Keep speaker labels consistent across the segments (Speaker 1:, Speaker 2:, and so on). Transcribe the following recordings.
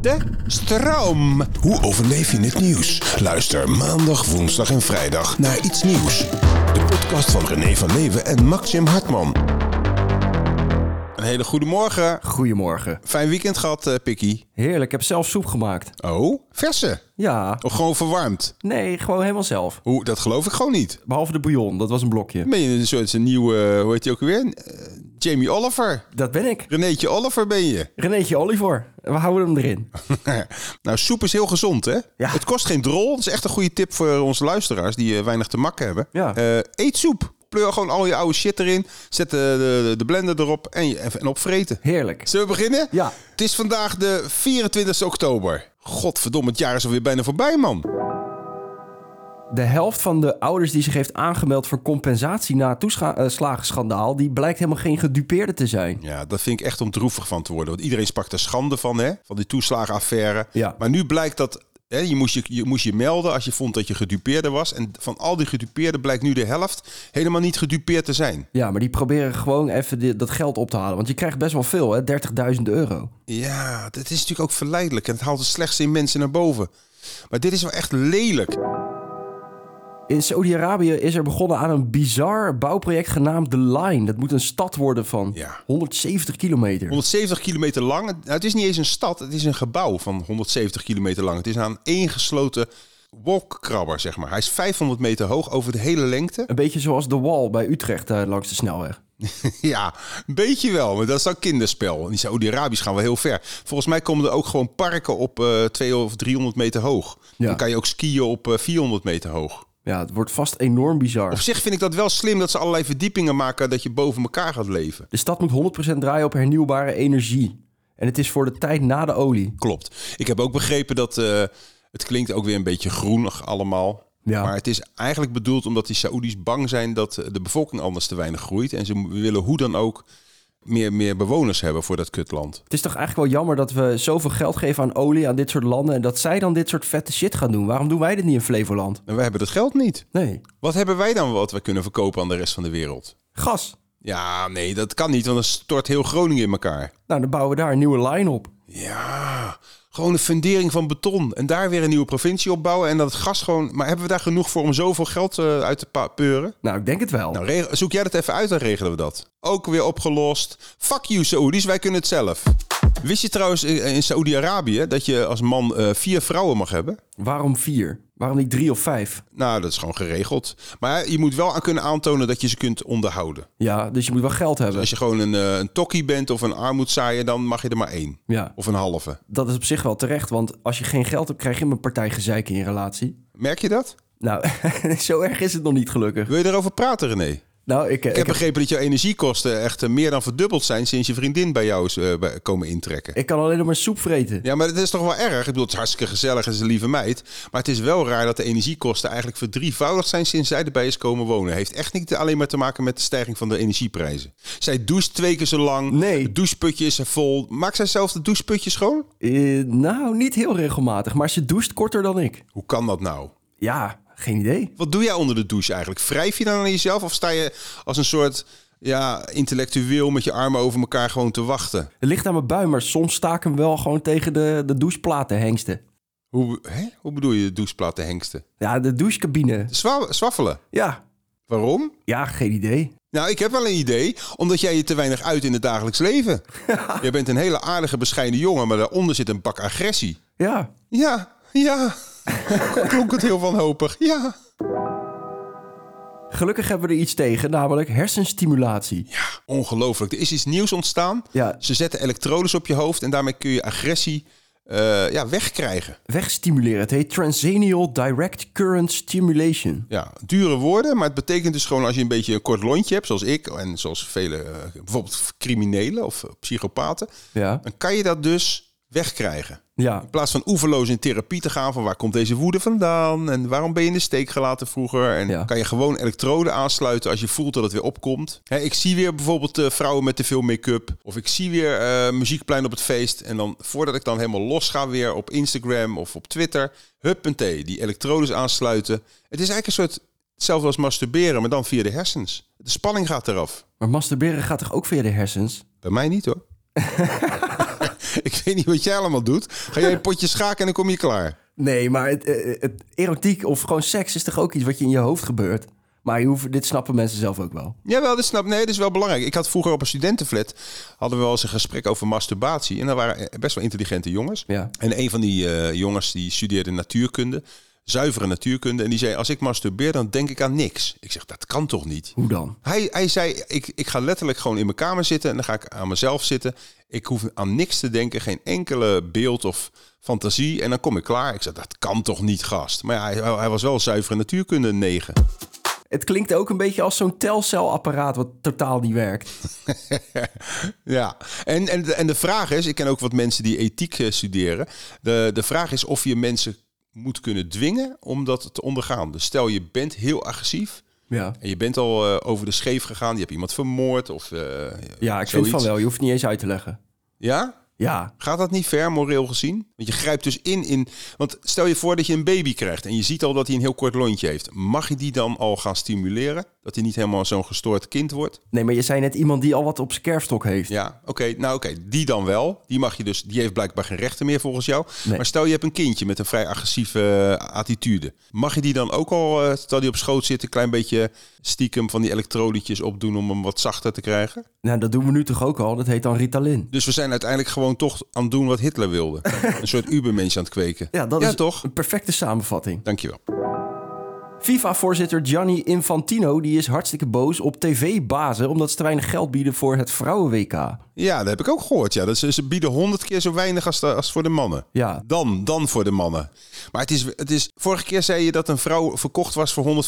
Speaker 1: De stroom.
Speaker 2: Hoe overleef je het nieuws? Luister maandag, woensdag en vrijdag naar Iets Nieuws. De podcast van René van Leeuwen en Maxim Hartman.
Speaker 1: Een hele goede morgen.
Speaker 3: Goedemorgen.
Speaker 1: Fijn weekend gehad, eh Pikkie.
Speaker 3: Heerlijk, ik heb zelf soep gemaakt.
Speaker 1: Oh, verse.
Speaker 3: Ja.
Speaker 1: Of Oh, gewoon verwarmd.
Speaker 3: Nee, gewoon helemaal zelf.
Speaker 1: Hoe, dat geloof ik gewoon niet.
Speaker 3: Behalve de bouillon, dat was een blokje.
Speaker 1: Ben je een soort een nieuwe, hoe heet je ook weer? Eh, Jamie Oliver.
Speaker 3: Dat ben ik.
Speaker 1: Renéetje Oliver ben je.
Speaker 3: Renéetje Oliver. We houden hem erin.
Speaker 1: nou, soep is heel gezond, hè?
Speaker 3: Ja.
Speaker 1: Het kost geen drol. Dat is echt een goede tip voor onze luisteraars die eh, weinig te makken hebben.
Speaker 3: Ja.
Speaker 1: Eh, eet soep. Pleur gewoon al je oude shit erin. Zet de, de, de blender erop en, je- en opvreten.
Speaker 3: Heerlijk.
Speaker 1: Zullen we beginnen?
Speaker 3: Ja.
Speaker 1: Het is vandaag de 24 oktober. Godverdomme, het jaar is alweer bijna voorbij, man.
Speaker 3: De helft van de ouders die zich heeft aangemeld voor compensatie na het toeslagenschandaal, die blijkt helemaal geen gedupeerde te zijn.
Speaker 1: Ja, dat vind ik echt om droevig van te worden. Want iedereen sprak er schande van, hè? Van die toeslagenaffaire.
Speaker 3: Ja.
Speaker 1: Maar nu blijkt dat... Hè, je, moest je, je moest je melden als je vond dat je gedupeerde was. En van al die gedupeerden blijkt nu de helft helemaal niet gedupeerd te zijn.
Speaker 3: Ja, maar die proberen gewoon even di- dat geld op te halen. Want je krijgt best wel veel, hè? 30.000 euro.
Speaker 1: Ja, dat is natuurlijk ook verleidelijk. En het haalt het slechtste in mensen naar boven. Maar dit is wel echt lelijk.
Speaker 3: In Saudi-Arabië is er begonnen aan een bizar bouwproject genaamd The Line. Dat moet een stad worden van
Speaker 1: Ja.
Speaker 3: 170 kilometer.
Speaker 1: 170 kilometer lang. Nou, het is niet eens een stad, het is een gebouw van 170 kilometer lang. Het is aan één gesloten wolkkrabber, zeg maar. Hij is 500 meter hoog over de hele lengte.
Speaker 3: Een beetje zoals de wall bij Utrecht eh, langs de snelweg.
Speaker 1: ja, een beetje wel, maar dat is dan kinderspel. En die Saudi-Arabisch gaan wel heel ver. Volgens mij komen er ook gewoon parken op eh 200 of 300 meter hoog.
Speaker 3: Ja.
Speaker 1: Dan kan je ook skiën op eh, 400 meter hoog.
Speaker 3: Ja, het wordt vast enorm
Speaker 1: Op
Speaker 3: bizar.
Speaker 1: zich vind ik dat wel slim dat ze allerlei verdiepingen maken... dat je boven elkaar gaat leven.
Speaker 3: De stad moet 100% draaien op hernieuwbare energie. En het is voor de tijd na de olie.
Speaker 1: Klopt. Ik heb ook begrepen dat eh, het klinkt ook weer een beetje groenig allemaal.
Speaker 3: Ja.
Speaker 1: Maar het is eigenlijk bedoeld omdat die Saoedi's bang zijn dat eh, de bevolking anders te weinig groeit. En ze willen hoe dan ook meer, meer bewoners hebben voor dat kutland.
Speaker 3: Het is toch eigenlijk wel jammer dat we zoveel geld geven aan olie, aan dit soort landen. En dat zij dan dit soort vette shit gaan doen. Waarom doen wij dit niet in Flevoland?
Speaker 1: En wij hebben dat geld niet.
Speaker 3: Nee.
Speaker 1: Wat hebben wij dan wat we kunnen verkopen aan de rest van de wereld?
Speaker 3: Gas.
Speaker 1: Ja, nee, dat kan niet, want dan stort heel Groningen in elkaar.
Speaker 3: Nou, dan bouwen we daar een nieuwe line op.
Speaker 1: Ja, gewoon een fundering van beton. En daar weer een nieuwe provincie opbouwen. En dat het gas gewoon... Maar hebben we daar genoeg voor om zoveel geld eh, uit te pa- peuren?
Speaker 3: Nou, ik denk het wel.
Speaker 1: Nou, reg- zoek jij dat even uit, dan regelen we dat. Ook weer opgelost. Fuck you, Saoedi's, wij kunnen het zelf. Wist je trouwens eh, in in Saoedi-Arabië dat je als man eh, vier vrouwen mag hebben?
Speaker 3: Waarom vier? Waarom niet drie of vijf?
Speaker 1: Nou, dat is gewoon geregeld. Maar je moet wel aan kunnen aantonen dat je ze kunt onderhouden.
Speaker 3: Ja, dus je moet wel geld hebben.
Speaker 1: Als je gewoon een, eh, een tokkie bent of een armoedzaaier, dan mag je er maar één.
Speaker 3: Ja,
Speaker 1: Of een halve.
Speaker 3: dat is op zich wel terecht. Want als je geen geld hebt, krijg je een partij gezeik in je relatie.
Speaker 1: Merk je dat?
Speaker 3: Nou, zo erg is het nog niet gelukkig.
Speaker 1: Wil je daarover praten, René? Ik,
Speaker 3: Nou, ik, ik,
Speaker 1: heb
Speaker 3: heb-
Speaker 1: begrepen dat jouw energiekosten echt eh, meer dan verdubbeld zijn sinds je vriendin bij jou is eh, bij- komen intrekken.
Speaker 3: ik kan alleen nog maar soep vreten.
Speaker 1: Ja, maar dat is toch wel erg? Ik bedoel, het is hartstikke gezellig en ze is een lieve meid. Maar het is wel raar dat de energiekosten eigenlijk verdrievoudigd zijn sinds zij erbij is komen wonen. Heeft echt niet alleen maar te maken met de stijging van de energieprijzen. Zij doucht twee keer zo lang.
Speaker 3: Nee.
Speaker 1: Het doucheputje is er vol. Maakt zij zelf het doucheputje schoon?
Speaker 3: Eh, nou, niet heel regelmatig, maar ze doucht korter dan ik.
Speaker 1: Hoe kan dat nou?
Speaker 3: Ja, geen idee.
Speaker 1: Wat doe jij onder de douche eigenlijk? Wrijf je dan aan jezelf of sta je als een soort ja, intellectueel met je armen over elkaar gewoon te wachten?
Speaker 3: Het ligt aan mijn bui, maar soms sta ik hem wel gewoon tegen de, de doucheplaten hengsten.
Speaker 1: Hoe, hè? Hoe bedoel je doucheplaten hengsten?
Speaker 3: Ja, de douchecabine.
Speaker 1: Zwa- Zwaffelen.
Speaker 3: Ja,
Speaker 1: Waarom?
Speaker 3: ja, geen idee.
Speaker 1: Nou, ik heb wel een idee. Omdat jij je te weinig uit in het dagelijks leven. jij bent een hele aardige, bescheiden jongen, maar daaronder zit een bak agressie.
Speaker 3: Ja,
Speaker 1: Ja, ja. Klonk het heel wanhopig. Ja.
Speaker 3: gelukkig hebben we er iets tegen, namelijk hersenstimulatie.
Speaker 1: Ja, ongelooflijk. Er is iets nieuws ontstaan.
Speaker 3: Ja,
Speaker 1: Ze zetten elektrodes op je hoofd en daarmee kun je agressie eh, ja, wegkrijgen.
Speaker 3: Wegstimuleren. Het heet Transanial Direct Current Stimulation.
Speaker 1: Ja, dure woorden, maar het betekent dus gewoon als je een beetje een kort lontje hebt, zoals ik en zoals vele, eh, bijvoorbeeld criminelen of eh, psychopaten,
Speaker 3: Ja.
Speaker 1: dan kan je dat dus wegkrijgen.
Speaker 3: Ja.
Speaker 1: In plaats van oeverloos in therapie te gaan van waar komt deze woede vandaan en waarom ben je in de steek gelaten vroeger. En
Speaker 3: Ja.
Speaker 1: kan je gewoon elektroden aansluiten als je voelt dat het weer opkomt. Hè, ik zie weer bijvoorbeeld eh, vrouwen met te veel make-up of ik zie weer eh, muziekplein op het feest. En dan voordat ik dan helemaal los ga weer op Instagram of op Twitter, hup een thee, die elektrodes aansluiten. Het is eigenlijk een soort, hetzelfde als masturberen, maar dan via de hersens. De spanning gaat eraf.
Speaker 3: Maar masturberen gaat toch ook via de hersens?
Speaker 1: Bij mij niet hoor. ik weet niet wat jij allemaal doet. Ga jij een potje schaken en dan kom je klaar.
Speaker 3: Nee, maar het, eh, het, erotiek of gewoon seks is toch ook iets wat je in je hoofd gebeurt? Maar je hoeft, dit snappen mensen zelf ook wel.
Speaker 1: Jawel, dat snap Nee, dat is wel belangrijk. Ik had vroeger op een studentenflat hadden we wel eens een gesprek over masturbatie. En daar waren eh, best wel intelligente jongens.
Speaker 3: Ja.
Speaker 1: En een van die eh, jongens die studeerde natuurkunde, zuivere natuurkunde. En die zei, als ik masturbeer, dan denk ik aan niks. Ik zeg, dat kan toch niet?
Speaker 3: Hoe dan?
Speaker 1: Hij, hij zei, ik, ik ga letterlijk gewoon in mijn kamer zitten en dan ga ik aan mezelf zitten. Ik hoef aan niks te denken, geen enkele beeld of fantasie. En dan kom ik klaar. Ik zei, dat kan toch niet, gast? Maar ja, hij, hij was wel zuivere natuurkunde 9.
Speaker 3: Het klinkt ook een beetje als zo'n telcelapparaat wat totaal niet werkt.
Speaker 1: Ja, en, en, de- en de vraag is, ik ken ook wat mensen die ethiek eh, studeren. De, de vraag is of je mensen moet kunnen dwingen om dat te ondergaan. Dus stel je bent heel agressief
Speaker 3: Ja.
Speaker 1: en je bent al eh, over de scheef gegaan. Je hebt iemand vermoord of eh,
Speaker 3: Ja, ik vind
Speaker 1: zoiets.
Speaker 3: van wel. Je hoeft het niet eens uit te leggen.
Speaker 1: Ja?
Speaker 3: Ja.
Speaker 1: Gaat dat niet ver, moreel gezien? Want je grijpt dus in in... Want stel je voor dat je een baby krijgt en je ziet al dat hij een heel kort lontje heeft. Mag je die dan al gaan stimuleren? Dat hij niet helemaal zo'n gestoord kind wordt?
Speaker 3: Nee, maar je zei net iemand die al wat op zijn kerfstok heeft.
Speaker 1: Ja, oké. Nou, oké. Die dan wel. Die mag je dus. Die heeft blijkbaar geen rechten meer volgens jou.
Speaker 3: Nee.
Speaker 1: Maar stel je hebt een kindje met een vrij agressieve eh, attitude. Mag je die dan ook al, eh, terwijl die op schoot zit, een klein beetje stiekem van die elektrolietjes opdoen om hem wat zachter te krijgen?
Speaker 3: Nou, dat doen we nu toch ook al? Dat heet dan Ritalin.
Speaker 1: Dus we zijn uiteindelijk gewoon toch aan het doen wat Hitler wilde. een soort ubermens aan het kweken.
Speaker 3: Ja, dat is
Speaker 1: toch?
Speaker 3: een perfecte samenvatting.
Speaker 1: Dankjewel.
Speaker 3: FIFA-voorzitter Gianni Infantino die is hartstikke boos op tv-bazen... omdat ze te weinig geld bieden voor het vrouwen-WK.
Speaker 1: Ja, dat heb ik ook gehoord. Ja. Dat ze, ze bieden honderd keer zo weinig als, de- als voor de mannen.
Speaker 3: Ja.
Speaker 1: Dan, dan voor de mannen. Maar het is, het is, vorige keer zei je dat een vrouw verkocht was voor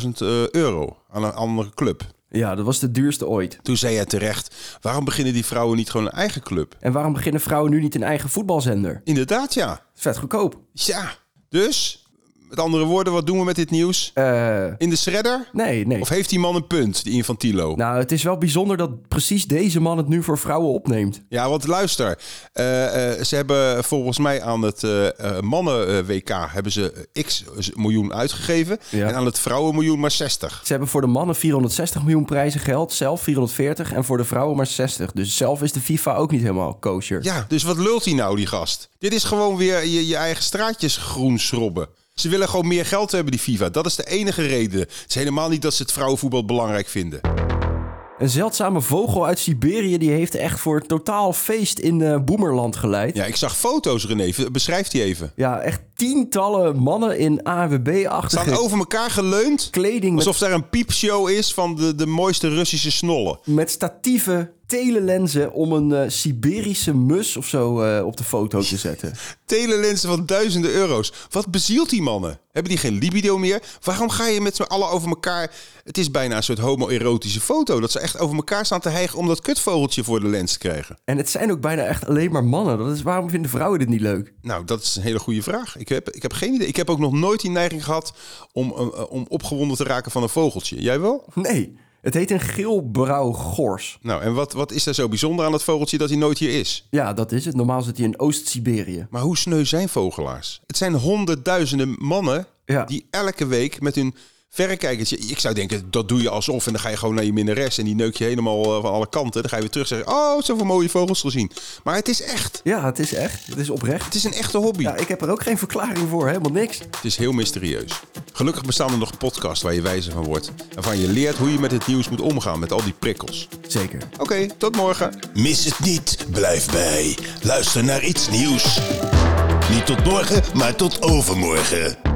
Speaker 1: 150.000 eh, euro aan een andere club.
Speaker 3: Ja, dat was de duurste ooit.
Speaker 1: Toen zei jij terecht, waarom beginnen die vrouwen niet gewoon een eigen club?
Speaker 3: En waarom beginnen vrouwen nu niet een eigen voetbalzender?
Speaker 1: Inderdaad, ja.
Speaker 3: Vet goedkoop.
Speaker 1: Ja. Dus, met andere woorden, wat doen we met dit nieuws?
Speaker 3: Eh,
Speaker 1: In de shredder?
Speaker 3: nee, nee.
Speaker 1: Of heeft die man een punt, die Infantilo?
Speaker 3: Nou, het is wel bijzonder dat precies deze man het nu voor vrouwen opneemt.
Speaker 1: Ja, want luister, eh, eh, ze hebben volgens mij aan het eh, mannen-WK hebben ze eh, x miljoen uitgegeven.
Speaker 3: Ja.
Speaker 1: En aan het vrouwenmiljoen maar 60.
Speaker 3: Ze hebben voor de mannen 460 miljoen prijzen geld, zelf 440 en voor de vrouwen maar 60. Dus zelf is de FIFA ook niet helemaal kosher.
Speaker 1: Ja, dus wat lult hij nou, die gast? Dit is gewoon weer je, je eigen straatjes groen schrobben. Ze willen gewoon meer geld hebben, die FIFA. Dat is de enige reden. Het is helemaal niet dat ze het vrouwenvoetbal belangrijk vinden.
Speaker 3: Een zeldzame vogel uit Siberië die heeft echt voor een totaal feest in eh Boemerland geleid.
Speaker 1: Ja, ik zag foto's, René. Beschrijf die even.
Speaker 3: Ja, echt tientallen mannen in
Speaker 1: Staan
Speaker 3: AWB-achtige
Speaker 1: over elkaar geleund.
Speaker 3: kleding met,
Speaker 1: Alsof daar een piepshow is van de, de mooiste Russische snollen.
Speaker 3: met statieve telelenzen om een eh, Siberische mus of zo eh, op de foto te zetten.
Speaker 1: Telelensen van duizenden euro's. Wat bezielt die mannen? Hebben die geen libido meer? Waarom ga je met z'n allen over elkaar... Het is bijna een soort homoerotische foto. Dat ze echt over elkaar staan te hijgen om dat kutvogeltje voor de lens te krijgen.
Speaker 3: En het zijn ook bijna echt alleen maar mannen. Dat is, waarom vinden vrouwen dit niet leuk?
Speaker 1: Nou, dat is een hele goede vraag. Ik heb, ik heb geen idee. Ik heb ook nog nooit die neiging gehad om, eh, om opgewonden te raken van een vogeltje. Jij wel?
Speaker 3: Nee, het heet een geelbrouw gors.
Speaker 1: Nou, en wat, wat is daar zo bijzonder aan dat vogeltje dat hij nooit hier is?
Speaker 3: Ja, dat is het. Normaal zit hij in Oost-Siberië.
Speaker 1: Maar hoe sneu zijn vogelaars? Het zijn honderdduizenden mannen
Speaker 3: Ja.
Speaker 1: die elke week met hun verrekijkertje... Ik zou denken, dat doe je alsof en dan ga je gewoon naar je minnares... en die neuk je helemaal eh, van alle kanten. Dan ga je weer terug zeggen, oh, zoveel mooie vogels gezien. Maar het is echt.
Speaker 3: Ja, het is echt. Het is oprecht.
Speaker 1: Het is een echte hobby.
Speaker 3: Ja, ik heb er ook geen verklaring voor. Helemaal niks.
Speaker 1: Het is heel mysterieus. Gelukkig bestaan er nog podcasts waar je wijzer van wordt... en van je leert hoe je met het nieuws moet omgaan, met al die prikkels.
Speaker 3: Zeker.
Speaker 1: Oké, tot morgen.
Speaker 2: Mis het niet, blijf bij. Luister naar iets nieuws. Niet tot morgen, maar tot overmorgen.